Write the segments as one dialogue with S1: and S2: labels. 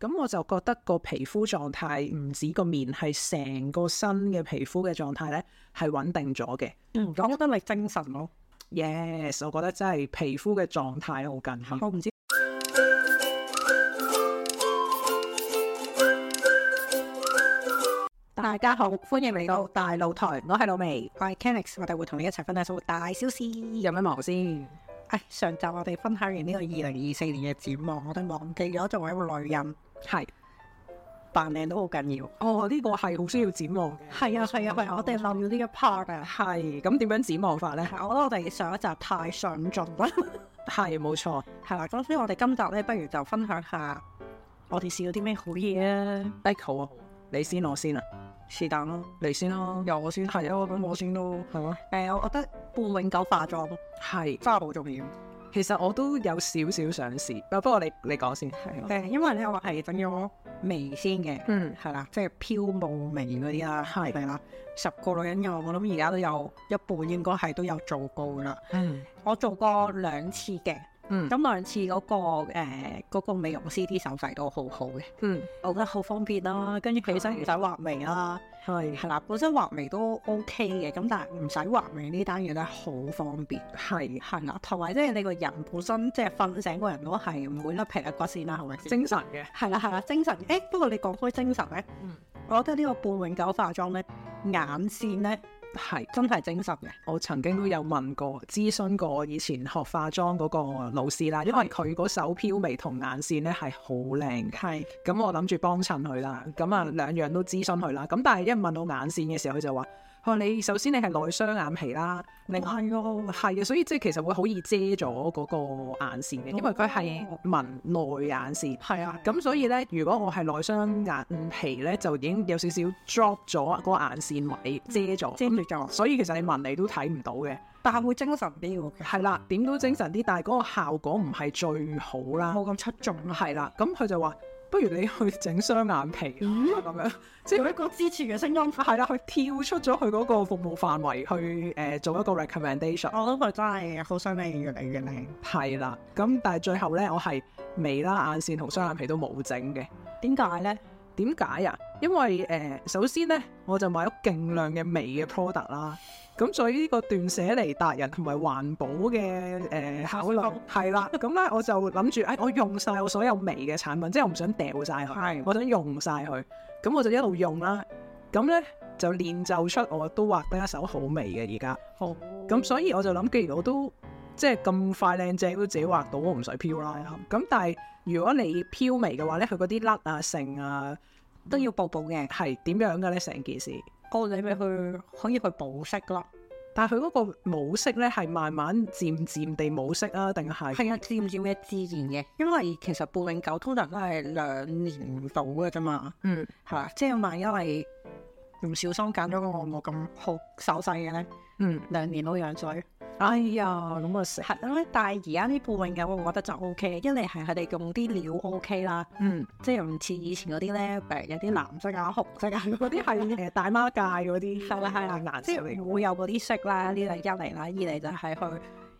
S1: 咁我就覺得個皮膚狀態唔止個面，係成個身嘅皮膚嘅狀態咧係穩定咗嘅。
S2: 嗯，我覺得你精神咯，
S1: Yes，我覺得真係皮膚嘅狀態好緊要。
S2: 我唔知。大家好，歡迎嚟到大露台，
S1: 我係老味，
S2: 我係 Kenix，我哋會同你一齊分享生活大小事。
S1: 有咩忙先？
S2: 唉，上集我哋分享完呢個二零二四年嘅展望，我哋忘記咗作為一個女人
S1: 係，
S2: 扮靚都好緊要。
S1: 哦，呢、個係好需要展望嘅。
S2: 係啊係啊，喂，我哋漏咗呢一 part 啊。
S1: 係，咁點樣展望法咧？
S2: 我覺得我哋上一集太上進啦，
S1: 係，冇錯。
S2: 係啦，咁所以我哋今集咧，不如就分享下我哋試咗啲咩好嘢啊，
S1: 誒，好啊，你先，我先啊，
S2: 是但咯，
S1: 你先咯，
S2: 由我先係啊，咁我先咯。
S1: 係嘛？
S2: 誒、我覺得半永久化妝
S1: 係，
S2: 真係好重要。誒、
S1: 其實我都有少少想試，不過你你講先。係啊
S2: 因為咧我係整咗眉先嘅，
S1: 嗯，
S2: 係啦，即係飄霧眉嗰啲啦，
S1: 係
S2: 係啦，十個女人有，我諗而家都有一半應該係都有做過㗎啦。
S1: 嗯，
S2: 我做過兩次嘅，
S1: 嗯，
S2: 咁兩次嗰、個誒嗰、個美容師啲手勢都好好嘅，
S1: 嗯，
S2: 我覺得好方便啦。跟住起身唔使畫眉啦，
S1: 係，
S2: 係啦，本身畫眉都 OK 嘅，咁但係唔使畫眉呢單嘢咧好方便。
S1: 係，
S2: 係啦，同埋即係你個人本身即係瞓醒個人都係唔會甩皮甩骨先啦，係咪先？
S1: 精神嘅。
S2: 係啦係啦，精神誒、不過你講開精神咧，
S1: 嗯
S2: 我覺得呢個半永久化妝咧，眼線咧
S1: 係，
S2: 真係精神嘅。
S1: 我曾經都有問過、諮詢過以前學化妝嗰個老師啦，因為佢嗰手飄眉同眼線咧係好靚嘅，
S2: 係
S1: 咁我諗住幫襯佢啦，咁
S2: 嗯
S1: 啊兩樣都諮詢佢啦，咁但係一問到眼線嘅時候，佢就話：佢話你首先你係內雙眼皮啦，另外係喎係啊，所以即係其實會好易遮咗嗰個眼線嘅，因為佢係紋內眼線。
S2: 哦係啊，
S1: 咁所以咧，如果我係內雙眼皮咧，就已經有少少 drop 咗嗰個眼線位遮咗，
S2: 遮住咗，
S1: 所以其實你紋嚟都睇唔到嘅，
S2: 但係會精神啲喎，
S1: 係啦，點都精神啲，但係嗰個效果唔係最好啦，
S2: 冇咁出眾啊。
S1: 係啦，咁佢就話不如你去整雙眼皮啦咁樣，即係
S2: 有一個支持嘅聲音，
S1: 係啦，佢跳出咗佢嗰個服務範圍去誒、呃做一個 recommendation，
S2: 我覺得佢真係好想你越嚟越靚。
S1: 係啦，咁但係最後咧，我係眉啦、眼線同雙眼皮都冇整嘅。
S2: 點解咧？
S1: 點解啊？因為誒、呃首先咧，我就買咗勁量嘅微嘅 product 啦。咁所以呢個斷捨離達人同埋環保嘅誒、呃考慮係啦。咁咧我就諗住，誒、哎我用晒我所有微嘅產品，即係我唔想掉晒佢
S2: 係，
S1: 我想用晒佢。咁我就一路用啦。咁咧就練就出我都畫得一手好眉嘅而家。
S2: 好
S1: 咁所以我就諗，既然我都即係咁快靚正都自己畫到，我唔使漂啦。咁但係如果你漂眉嘅話咧，佢嗰啲甩啊、剩啊，
S2: 都要步步嘅。
S1: 係點樣嘅咧？成件事，
S2: 哦，你咪去可以去保色咯。
S1: 但係佢嗰個冇色咧，係慢慢漸漸地冇色啊，定係
S2: 係啊，漸漸嘅自然嘅，因為其實半永久通常都係兩年到嘅啫嘛，
S1: 嗯
S2: 係啦，即係萬一係唔小心揀咗個我冇咁好手勢嘅咧，
S1: 嗯，
S2: 兩年都養水。
S1: 哎呀咁啊死，
S2: 係啦，但係而家啲半永久我覺得就 O K，一嚟係佢哋用啲料 O K 啦，
S1: 嗯
S2: 即係唔似以前嗰啲咧，誒有啲藍色啊、紅色啊嗰
S1: 嗰啲係誒大媽界嗰啲
S2: 係啦係啦，
S1: 顏
S2: 即
S1: 色嚟
S2: 係會有嗰啲色啦，
S1: 嗯
S2: 呢嚟一嚟啦，二嚟就係佢，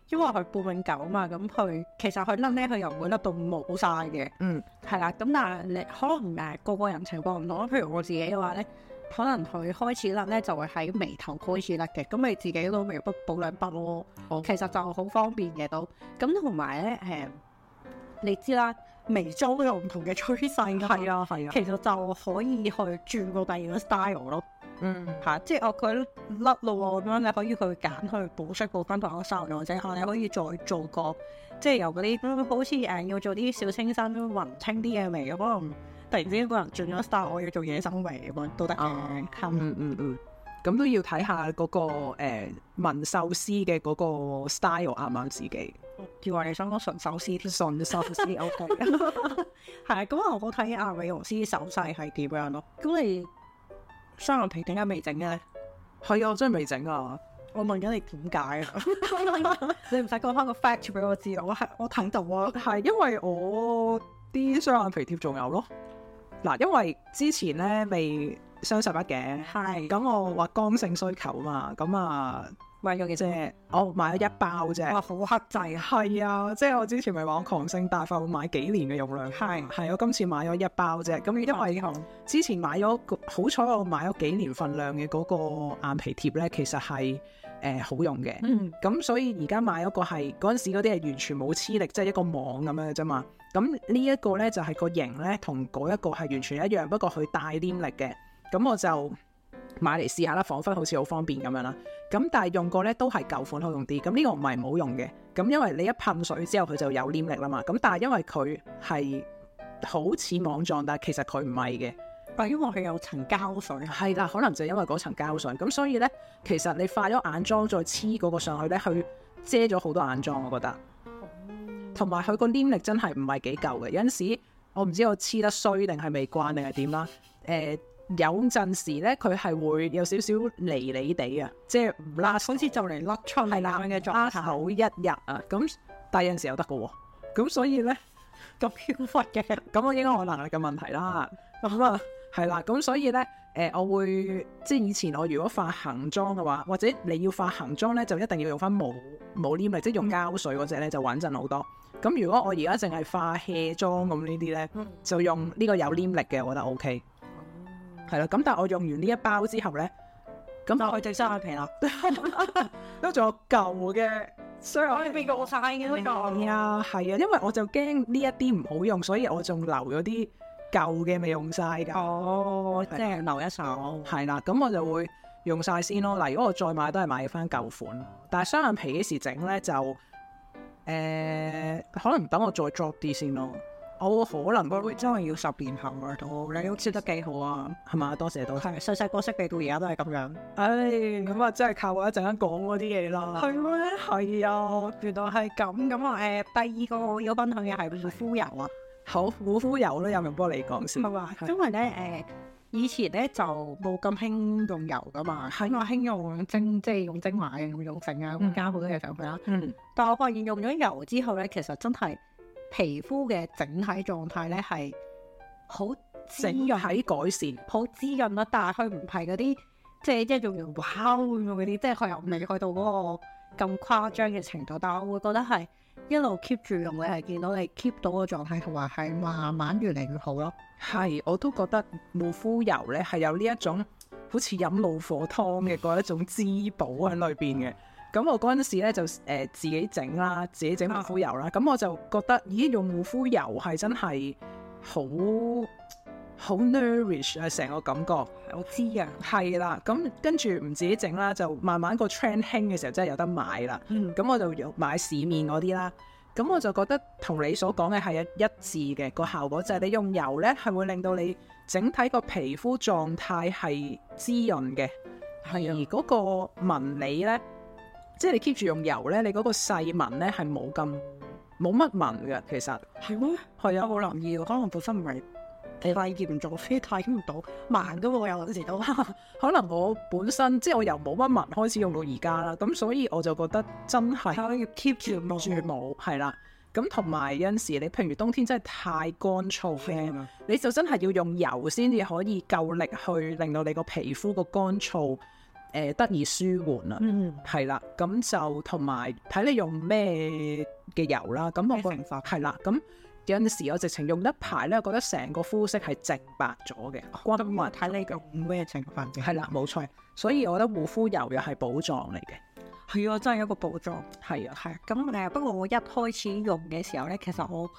S2: 因為佢半永久嘛，咁佢其實佢甩咧，佢又唔會甩到冇晒嘅，
S1: 嗯，
S2: 係啦，咁但係你可能誒個個人情況唔同啦，譬如我自己嘅話咧，可能佢開始甩咧就會喺眉頭開始甩嘅，咁你自己都眉筆補兩筆咯，
S1: 哦
S2: 其實就好方便嘅都，咁同埋咧誒，你知啦，眉妝都有唔同嘅趨勢㗎嘛
S1: 係啊係啊，
S2: 其實就可以去轉個第二個 style 咯。
S1: 嗯
S2: 嚇、即係我佢甩咯喎，咁樣你可以去揀去補色補翻同我收或者可能你可以再做個，即係由嗰啲嗯好似誒要做啲小清新、雲清啲嘅味，可能突然之間個人轉咗 style，我要做野生味咁樣都得嘅
S1: 啊，
S2: 係咪
S1: 嗯嗯嗯，咁都要睇下嗰個呃誒紋繡師嘅嗰個 style 啊啱唔啱自己。
S2: 以為你想講純手撕添，
S1: 純手撕 OK，
S2: 係咁我好睇阿美容師手勢係點樣咯。咁你雙眼皮點解未整嘅咧？
S1: 係啊，我真係未整啊，
S2: 我問緊你點解啊？ 你唔使講翻個 fact 俾我知，我係我睇到啊。
S1: 係因為我啲雙眼皮貼仲有咯。嗱，因為之前咧未雙十一嘅，
S2: 係
S1: 咁我話剛性需求嘛，咁啊
S2: 買咗幾隻？
S1: 啫，我買咗一包啫。
S2: 哇，好克制啊！
S1: 係啊，即係我之前咪話我狂性大發會買幾年嘅容量，係係我今次買咗一包啫。咁因為
S2: 好
S1: 之前買咗個好彩我買咗幾年份量嘅嗰個眼皮貼咧，其實係誒、呃好用嘅。
S2: 嗯
S1: 咁所以而家買嗰個係嗰陣時嗰啲係完全冇黐力，即係一個網咁樣嘅啫嘛。咁呢一個咧就係、個型咧同嗰一個係完全一樣，不過佢帶黏力嘅。咁我就買嚟試下啦，彷彿好似好方便咁樣啦。咁但係用過咧都係舊款好用啲。咁呢個唔係唔好用嘅，咁因為你一噴水之後佢就有黏力啦嘛。咁但係因為佢係好似網狀，但係其實佢唔係嘅。
S2: 但啊因為佢有層膠水啊，
S1: 係啦，可能就係因為嗰層膠水，咁所以咧，其實你化咗眼妝再黐嗰個上去咧，佢遮咗好多眼妝，我覺得。
S2: 哦
S1: 同埋佢個黏力真係唔係幾夠嘅，有陣時我唔知我黐得衰定係未慣定係點啦。誒、有陣時咧，佢係會有少少離離地啊，即係唔拉
S2: 好似就嚟甩出嚟咁樣嘅狀
S1: 拉
S2: 態，
S1: 手一日啊。咁但係有陣時又得嘅喎，咁所以咧。
S2: 咁飄忽嘅。
S1: 咁我應該我能力嘅問題啦。咁啊，係啦，咁所以咧，誒、我會即係以前我如果化行妝嘅話，或者你要化行妝咧，就一定要用翻冇冇黏力，即係用膠水嗰只咧就穩陣好多。咁如果我而家淨係化 hair 妝咁呢啲咧，
S2: 嗯
S1: 就用呢個有黏力嘅，我覺得 OK。係啦，咁但係我用完呢一包之後咧，
S2: 咁就
S1: 咁
S2: 去對生眼皮啦。
S1: 都 仲有舊嘅，所以我
S2: 我哋變過晒嘅呢
S1: 係
S2: 個。
S1: 啊，係啊，因為我就驚呢一啲唔好用，所以我仲留咗啲舊嘅未用晒㗎。
S2: 哦，即係留一手。
S1: 係啦，咁我就會用晒先咯。嗱，如哦果我再買都係買翻舊款，但係雙眼皮幾時整咧就誒、可能等我再 drop 啲先咯。我可能
S2: 我會真係要十年後啊，都你都切得幾好啊。
S1: 係嘛？多謝多謝。
S2: 係細細個識你到而家都係咁樣。
S1: 唉，咁啊，真係靠我一陣間講嗰啲嘢啦。
S2: 咩？係啊，原來係咁咁啊！誒，第二個我要分享嘅係護膚油啊，
S1: 好，護膚油咧，有冇幫你講先？
S2: 係嘛？
S1: 係哦
S2: 因為咧誒，以前咧就冇咁興用油噶嘛，係我興用精，即係用精華嘅，用剩啊，
S1: 嗯
S2: 咁加好多嘢上去啦。
S1: 嗯，
S2: 但我發現用咗油之後咧，其實真係皮膚嘅整體狀態咧係好滋
S1: 整體
S2: 潤，
S1: 改善。
S2: 好滋潤啦。但係佢唔係嗰啲即係一用完哇咁樣嗰啲，即係佢又未去到嗰個咁誇張嘅程度。但係我會覺得係一路 keep 住用，你係見到你 keep 到個狀態，同埋係慢慢越嚟越好咯。
S1: 係，我都覺得護膚油咧係有呢一種好似飲老火湯嘅嗰一種滋補喺裏邊嘅。咁我嗰陣時咧就誒、呃自己整啦，自己整護膚油啦。咁我就覺得，咦，用護膚油係真係好好 nourish 啊，成個感覺。
S2: 好滋潤，
S1: 係啦，咁跟住唔自己整啦，就慢慢個 trend 興嘅時候真係有得買啦。
S2: 嗯，
S1: 咁我就有買市面嗰啲啦。咁我就覺得同你所講嘅係一一致嘅個效果，就係你用油呢係會令到你整體個皮膚狀態係滋潤嘅，
S2: 係
S1: 而
S2: 啊，
S1: 嗰個紋理呢，即係你 keep 住用油呢，你嗰個細紋呢係冇咁冇乜紋嘅，其實
S2: 係咩？
S1: 係
S2: 我冇留意喎，可能本身唔係你肺炎做所以睇唔到慢噶喎，有陣時 都。
S1: 可能我本身即係我由冇乜紋開始用到而家啦，咁所以我就覺得真係。
S2: 係要 keep 住望
S1: 住冇，係啦。咁同埋有陣時，你譬如冬天真係太乾燥嘅，
S2: 啊，
S1: 你就真係要用油先至可以夠力去令到你個皮膚個乾燥誒、呃得以舒緩啊。
S2: 嗯，
S1: 係啦，咁就同埋睇你用咩嘅油啦。咁我個
S2: 咩成分
S1: 係啦，咁有陣時我直情用一排咧，我覺得成個膚色係淨白咗嘅，均
S2: 咁
S1: 勻
S2: 啊睇你用咩情況嘅。
S1: 係啦，冇錯。所以我覺得護膚油又係寶藏嚟嘅，
S2: 係啊，真係一個步驟。
S1: 係啊，
S2: 係咁誒，不過我一開始用嘅時候咧，其實我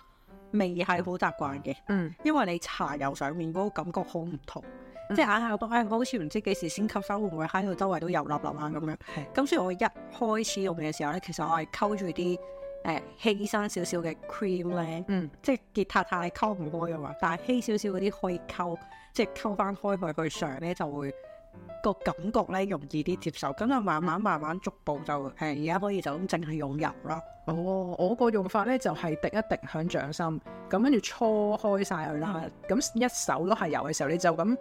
S2: 未係好習慣嘅，
S1: 嗯，
S2: 因為你搽油上面嗰個感覺好唔同，
S1: 嗯
S2: 即係啊眼下都誒好似唔知幾時先吸收，會唔會喺度周圍都油粒粒啊咁樣。
S1: 係
S2: 咁所以我一開始用嘅時候咧，其實我係溝住啲誒稀生少少嘅 cream 咧，
S1: 嗯
S2: 即係結塔塔你溝唔開啊嘅嘛，但係稀少少嗰啲可以溝，即係溝翻開佢去上咧就會個感覺咧容易啲接受，咁就慢慢慢慢逐步就誒而家可以就咁淨係用油啦。
S1: 哦，我個用法咧就係、滴一滴響掌心，咁跟住搓開晒佢啦。咁、一手都係油嘅時候，你就咁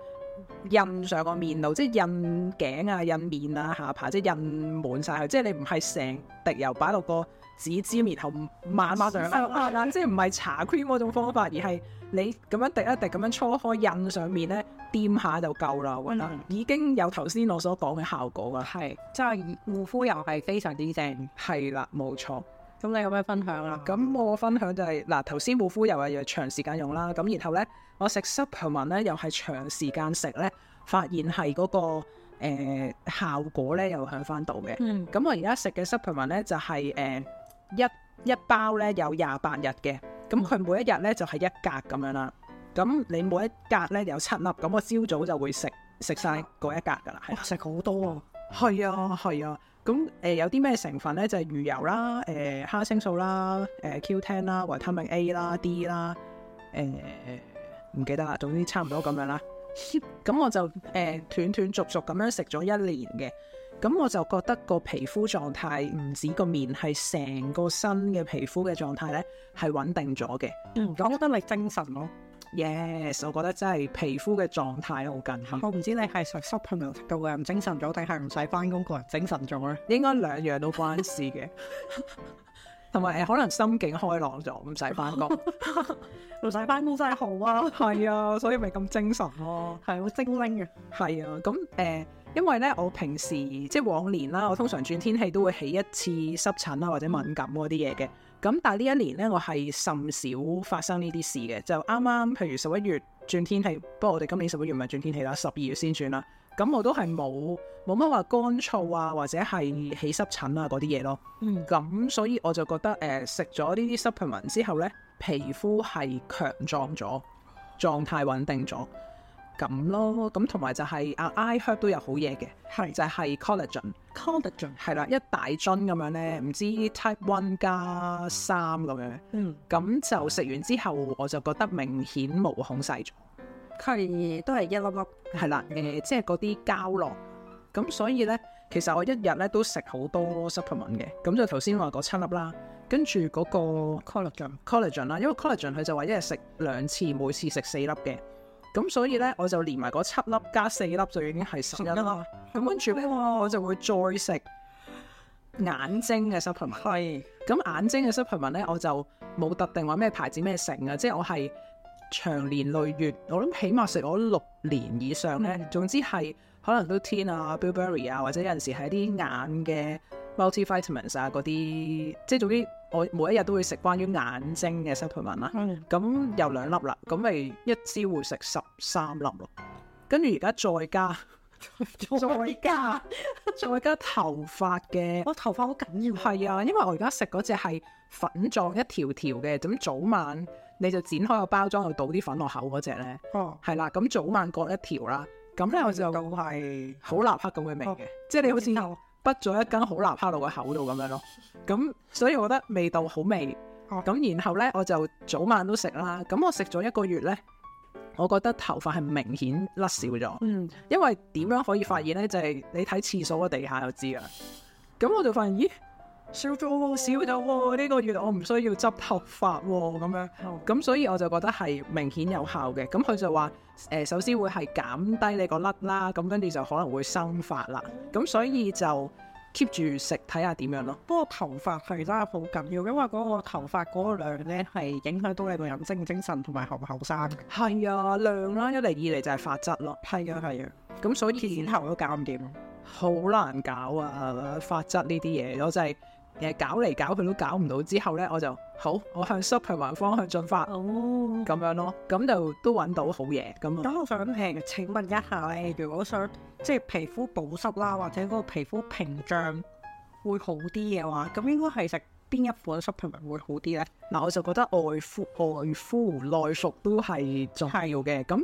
S1: 印上個面度，即係印頸啊、印面啊、下巴，即係印滿晒佢。即係你唔係成滴油擺落個紙紙，然後抹抹上去，係啦即係唔係搽 cream 嗰種方法，而係你咁樣滴一滴咁樣搓開印上面咧，掂下就夠啦。我覺得
S2: 嗯
S1: 已經有頭先我所講嘅效果啦。
S2: 係，即係護膚又係非常之正。
S1: 係啦，冇錯。
S2: 咁你有咩分享啊？
S1: 咁我分享就係、嗱，頭先護膚油係長時間用啦，咁然後咧，我食 supplement 咧又係長時間食咧，發現係嗰、個、呃、效果咧又響翻度嘅。
S2: 嗯
S1: 咁我而家食嘅 supplement 咧就係、呃一一包咧有廿八日嘅，
S2: 嗯
S1: 咁佢每一日咧就係、一格咁樣啦。咁你每一格咧有七粒，咁我朝早就會食食晒嗰一格噶啦，係啦
S2: 哇，食好多啊！
S1: 係啊，係啊。咁誒、呃有啲咩成分咧？就係、魚油啦、誒、蝦青素啦、誒、Q10 啦、維他命 A 啦、D 啦、誒、唔記得啦。總之差唔多咁樣啦。咁我就誒、呃、斷斷續續咁樣食咗一年嘅。咁我就覺得個皮膚狀態唔止個面，係成個身嘅皮膚嘅狀態咧係穩定咗嘅。
S2: 嗯，我覺得你精神咯。
S1: Yes，我覺得真係皮膚嘅狀態好緊要。
S2: 我唔知你係食 supplement 食到個人精神咗，定係唔使翻工個人精神咗咧？
S1: 應該兩樣都關事嘅，同埋誒可能心境開朗咗，唔使翻工。
S2: 唔使翻工真係好啊，
S1: 係啊，所以咪咁精神咯。
S2: 係好精靈嘅。
S1: 係啊，咁誒、呃因為咧，我平時即係往年啦，我通常轉天氣都會起一次濕疹啊啦，或者敏感嗰啲嘢嘅。咁但係呢一年咧，我係甚少發生呢啲事嘅。就啱啱譬如十一月轉天氣，不過我哋今年十一月唔係轉天氣啦，十二月先轉啦。咁我都係冇冇乜話乾燥啊，或者係起濕疹啊嗰啲嘢咯。
S2: 嗯，
S1: 咁所以我就覺得誒食咗呢啲 supplement 之後呢，皮膚係強壯咗，狀態穩定咗咁咯。咁同埋就係、啊 i herb 都有好嘢嘅，
S2: 係
S1: 就係、collagen
S2: collagen。
S1: 係啦，一大樽咁樣呢，唔知 type one 加三咁樣，
S2: 嗯，
S1: 咁就食完之後我就覺得明顯毛孔細咗，
S2: 佢都係一粒粒。
S1: 係啦，誒、即係嗰啲膠囊。咁所以呢，其實我一日呢都食好多 supplement 嘅，咁就頭先話嗰七粒啦，跟住嗰、個。
S2: collagen。
S1: collagen 啦，因為 collagen 佢就話一日食兩次，每次食四粒嘅。咁所以咧，我就連埋嗰七粒加四粒就已經係十一粒啦。咁跟住咧，我就會再食眼睛嘅
S2: 嗯
S1: supplement。
S2: 係。
S1: 咁眼睛嘅 supplement 咧，我就冇特定話咩牌子咩成啊，即係我係長年累月，我諗起碼食咗六年以上咧。
S2: 嗯
S1: 總之係可能都 t 啊、bilberry 啊，或者有陣時係啲眼嘅 multivitamins 啊嗰啲，即係總之我每一日都會食關於眼睛嘅 supplement 啦。
S2: 嗯
S1: 咁有兩粒啦，咁咪一支會食十三粒咯。跟住而家再加再加再加頭髮嘅
S2: 我頭髮好緊要。
S1: 係啊，因為我而家食嗰只係粉狀一條條嘅，咁早晚你就剪開個包裝，就倒啲粉落口嗰只咧，
S2: 哦，
S1: 係啦，咁早晚各一條啦，咁咧我就
S2: 係
S1: 好立克咁嘅味嘅，
S2: 嗯哦
S1: 即係你好似畢咗一羹好立克落個口度咁樣咯，咁所以我覺得味道好味，
S2: 哦
S1: 咁然後咧我就早晚都食啦，咁我食咗一個月咧，我覺得頭髮係明顯甩少咗。
S2: 嗯，
S1: 因為點樣可以發現呢？就係、你睇廁所嘅地下就知㗎啦。咁我就發現，咦，少咗喎，少咗喎！呢、個月我唔需要執頭髮喎，咁樣。咁所以我就覺得係明顯有效嘅。咁佢就話誒、首先會係減低你個甩啦，咁跟住就可能會生髮啦。咁所以就 keep 住食，睇下點樣咯。
S2: 不過頭髮係真係好緊要，因為嗰個頭髮嗰個量咧係影響到你個人精唔精神同埋後唔後生嘅。
S1: 係啊，量啦，一嚟二嚟就係髮質咯。
S2: 係啊係啊，
S1: 咁所以
S2: 前後都搞唔掂。
S1: 好難搞啊！法則呢啲嘢，我就係、誒搞嚟搞去都搞唔到，之後呢，我就好，我向 supplement 方向進發
S2: 哦。
S1: 咁樣咯，咁就都揾到好嘢咁啊！
S2: 咁我想誒請問一下咧，如果想即係皮膚保濕啦，或者嗰個皮膚屏障會好啲嘅話，咁應該係食邊一款 supplement 會好啲咧？
S1: 嗱，我就覺得外敷、外敷、內服都係重要嘅。咁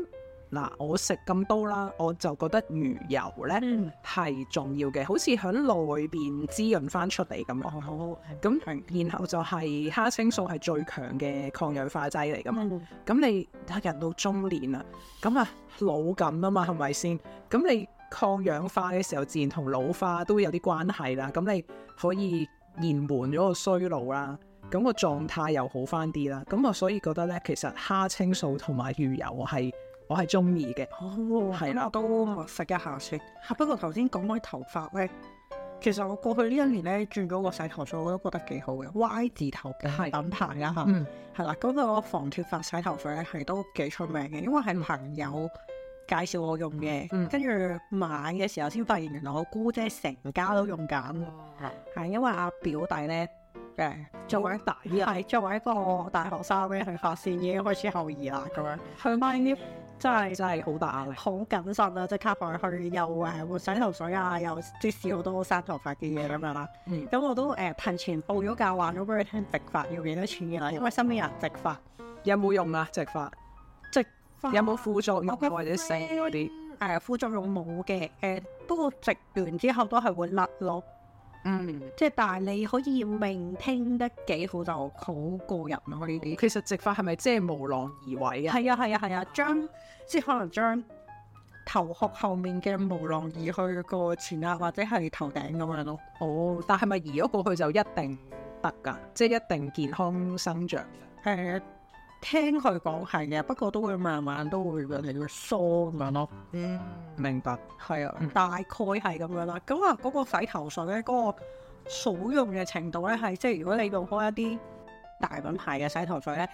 S1: 嗱，我食咁多啦，我就覺得魚油呢
S2: 嗯，
S1: 係重要嘅，好似喺內邊滋潤翻出嚟咁樣。
S2: 哦，好，
S1: 咁然後就係蝦青素係最強嘅抗氧化劑嚟㗎嘛。
S2: 咁
S1: 咁你啊人到中年啦，咁啊老緊啊嘛，係咪先？咁你抗氧化嘅時候，自然同老化都有啲關係啦。咁你可以延緩咗個衰老啦，咁個狀態又好翻啲啦。咁我所以覺得咧，其實蝦青素同埋魚油係我係中意嘅。
S2: 哦，係啦，我都物色一下先。啊不過頭先講開頭髮咧，其實我過去呢一年咧轉咗個洗頭水，我都覺得幾好嘅，Y 字頭嘅
S1: 係
S2: 品牌啦嚇。
S1: 嗯，
S2: 係啦，咁個防脫髮洗頭水咧係都幾出名嘅，因為係朋友介紹我用嘅
S1: 嗯，
S2: 跟住、買嘅時候先發現原來我姑姐成家都用緊，係因為阿表弟咧誒作為大係作為一個大學生咧，佢發線已經開始後移啦，咁樣佢買啲真係
S1: 真係好大壓力。
S2: 好謹慎啊，即刻放佢去又誒換洗頭水啊，又即係試好多生頭髮嘅嘢咁樣啦。
S1: 嗯
S2: 咁我都誒提前報咗價，話咗俾佢聽直髮要幾多錢嘅啦，因為身邊有人直髮，
S1: 有冇用啊？直髮
S2: 直髮
S1: 有冇副作用啊
S2: 我嘅
S1: 或者性嗰啲？
S2: 誒啊副作用冇嘅，誒不過直完之後都係會甩咯，
S1: 嗯，
S2: 即係但係你可以命聽得幾好就好過人咯呢啲。
S1: 其實直髮係咪即嗯係無浪而為啊？
S2: 係啊係啊係啊，將即係可能將頭殼後面嘅毛囊移去個前額或者係頭頂咁樣咯。
S1: 哦，但係咪移咗過去就一定得㗎？即係一定健康生長。
S2: 誒、聽佢講係嘅，不過都會慢慢都會越嚟越疏咁樣咯。
S1: 嗯，明白。
S2: 係啊
S1: 嗯，
S2: 大概係咁樣啦。咁啊，嗰個洗頭水咧，嗰、個好用嘅程度咧，係即係如果你用開一啲大品牌嘅洗頭水咧，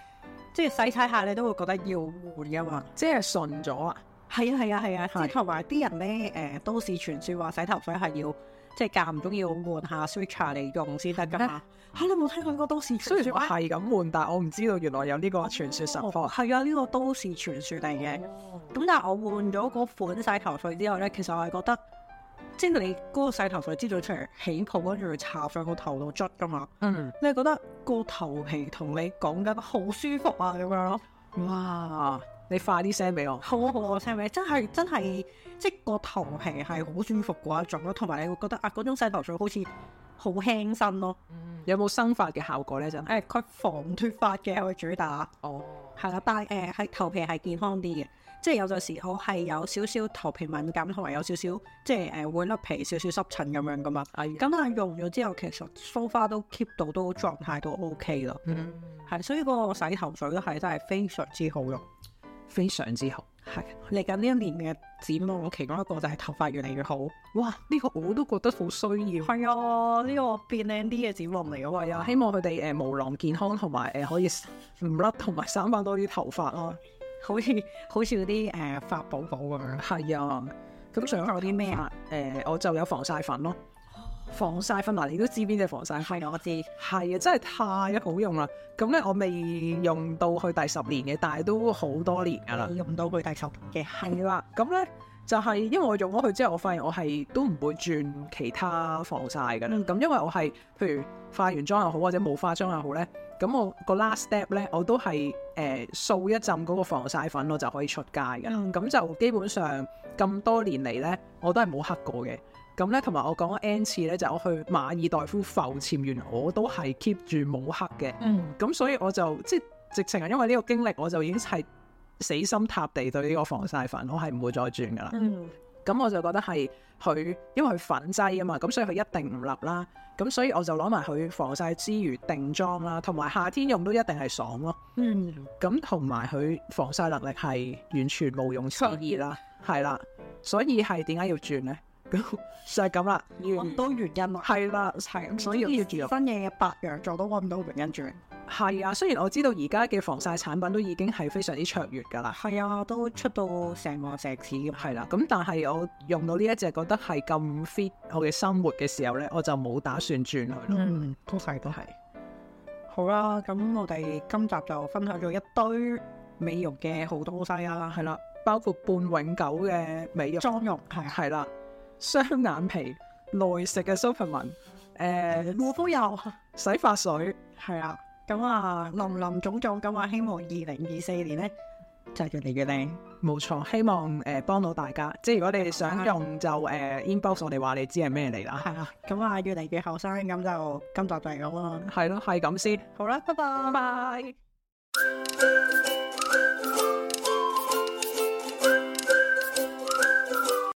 S2: 即係洗洗下你都會覺得要換噶嘛。
S1: 即係順咗啊！
S2: 係啊係啊係啊，即係同埋啲人咧誒、都市傳説話洗頭水係要即係間唔中要換下 switch 下嚟用先得噶嘛。啊嚇、你冇聽過呢個都市
S1: 雖然
S2: 傳説
S1: 我
S2: 話？
S1: 係咁換，但我唔知道原來有呢個傳說實
S2: 哦
S1: 況。
S2: 係啊，呢、個都市傳説嚟嘅。咁但係我換咗嗰款洗頭水之後咧，其實我係覺得，即係你嗰個洗頭水擠咗出嚟起泡，跟住搽上個頭度捽噶嘛，
S1: 嗯，
S2: 你係覺得個頭皮同你講緊好舒服啊咁樣咯，
S1: 哇！你快啲 send 俾我。
S2: 好啊好啊，聽咪？真係真係，即係個頭皮係好舒服嗰一種咯，同埋你會覺得啊嗰種洗頭水好似好輕身咯，
S1: 有冇生髮嘅效果咧？真
S2: 誒、
S1: 係
S2: 佢防脫髮嘅佢主打。
S1: 哦，
S2: 係啦，但係誒係頭皮係健康啲嘅，即係有陣時我係有少少頭皮敏感，同埋有少少即係誒會甩皮、少少濕疹咁樣噶嘛。
S1: 係
S2: 咁但係用咗之後，其實 so far 都 keep 到都狀態都 OK 咯。
S1: 嗯，
S2: 係，所以個洗頭水都係真係非常之好用。
S1: 非常之好。
S2: 係嚟緊呢一年嘅展望，其中一個就係頭髮越嚟越好。
S1: 哇！呢、個我都覺得好需要。
S2: 係啊，呢、個變靚啲嘅展望嚟嘅喎，又
S1: 啊希望佢哋誒毛囊健康同埋誒可以唔甩，同埋生翻多啲頭髮咯。
S2: 啊好似好似嗰啲誒髮寶寶咁樣。
S1: 係啊，咁仲有
S2: 有啲咩
S1: 啊？誒、我就有防曬粉咯。防曬粉嗱，你都知邊隻防曬粉？
S2: 係我知，
S1: 係啊，真係太好用啦！咁咧，我未用到去第十年嘅，但係都好多年噶啦。
S2: 用到佢第十嘅
S1: 係啦，咁咧就係、因為我用咗佢之後，我發現我係都唔會轉其他防曬㗎啦。咁、因為我係譬如化完妝又好，或者冇化妝又好咧，咁我個 last step 咧，我都係誒、呃、掃一浸嗰個防曬粉，我就可以出街㗎啦。
S2: 嗯
S1: 咁、就基本上咁多年嚟咧，我都係冇黑過嘅。咁咧，同埋我講咗 N 次咧，就我去馬爾代夫浮潛完，我都係 keep 住冇黑嘅。
S2: 嗯，
S1: 咁所以我就即係直情係因為呢個經歷，我就已經係死心塌地對呢個防曬粉，我係唔會再轉噶啦。
S2: 嗯，
S1: 咁我就覺得係佢，因為佢粉劑啊嘛，咁所以佢一定唔立啦。咁所以我就攞埋佢防曬之餘定妝啦，同埋夏天用都一定係爽咯。
S2: 嗯。
S1: 咁同埋佢防曬能力係完全毋庸置疑啦，係啦。所以係點解要轉呢？咁 就係咁啦，
S2: 揾到原因啦，
S1: 係啦，係咁，所以要轉
S2: 新嘢嘅白羊座都揾唔到原因住。
S1: 係啊，雖然我知道而家嘅防曬產品都已經係非常之卓越㗎啦，
S2: 係啊，都出到成個石屎咁。
S1: 係啦，咁但係我用到呢一隻覺得係咁 fit 我嘅生活嘅時候咧，我就冇打算轉佢咯。
S2: 嗯，都係都
S1: 係。
S2: 好啦，咁我哋今集就分享咗一堆美容嘅好東西啦，
S1: 係啦，包括半永久嘅美容，
S2: 妝容係啊，
S1: 係啦，雙眼皮、內食嘅 supplement，誒
S2: 護膚油
S1: 洗髮水，
S2: 係啦。咁啊，林林總總咁啊，希望二零二四年咧就越嚟越靚。
S1: 冇錯，希望誒、呃、幫到大家。即係如果你哋想用就誒、呃 inbox 我哋話你知係咩嚟啦。
S2: 係啦，咁啊，越嚟越後生，咁就今集就係咁啦。
S1: 係咯，係咁先，
S2: 好啦，拜拜。
S1: 拜拜。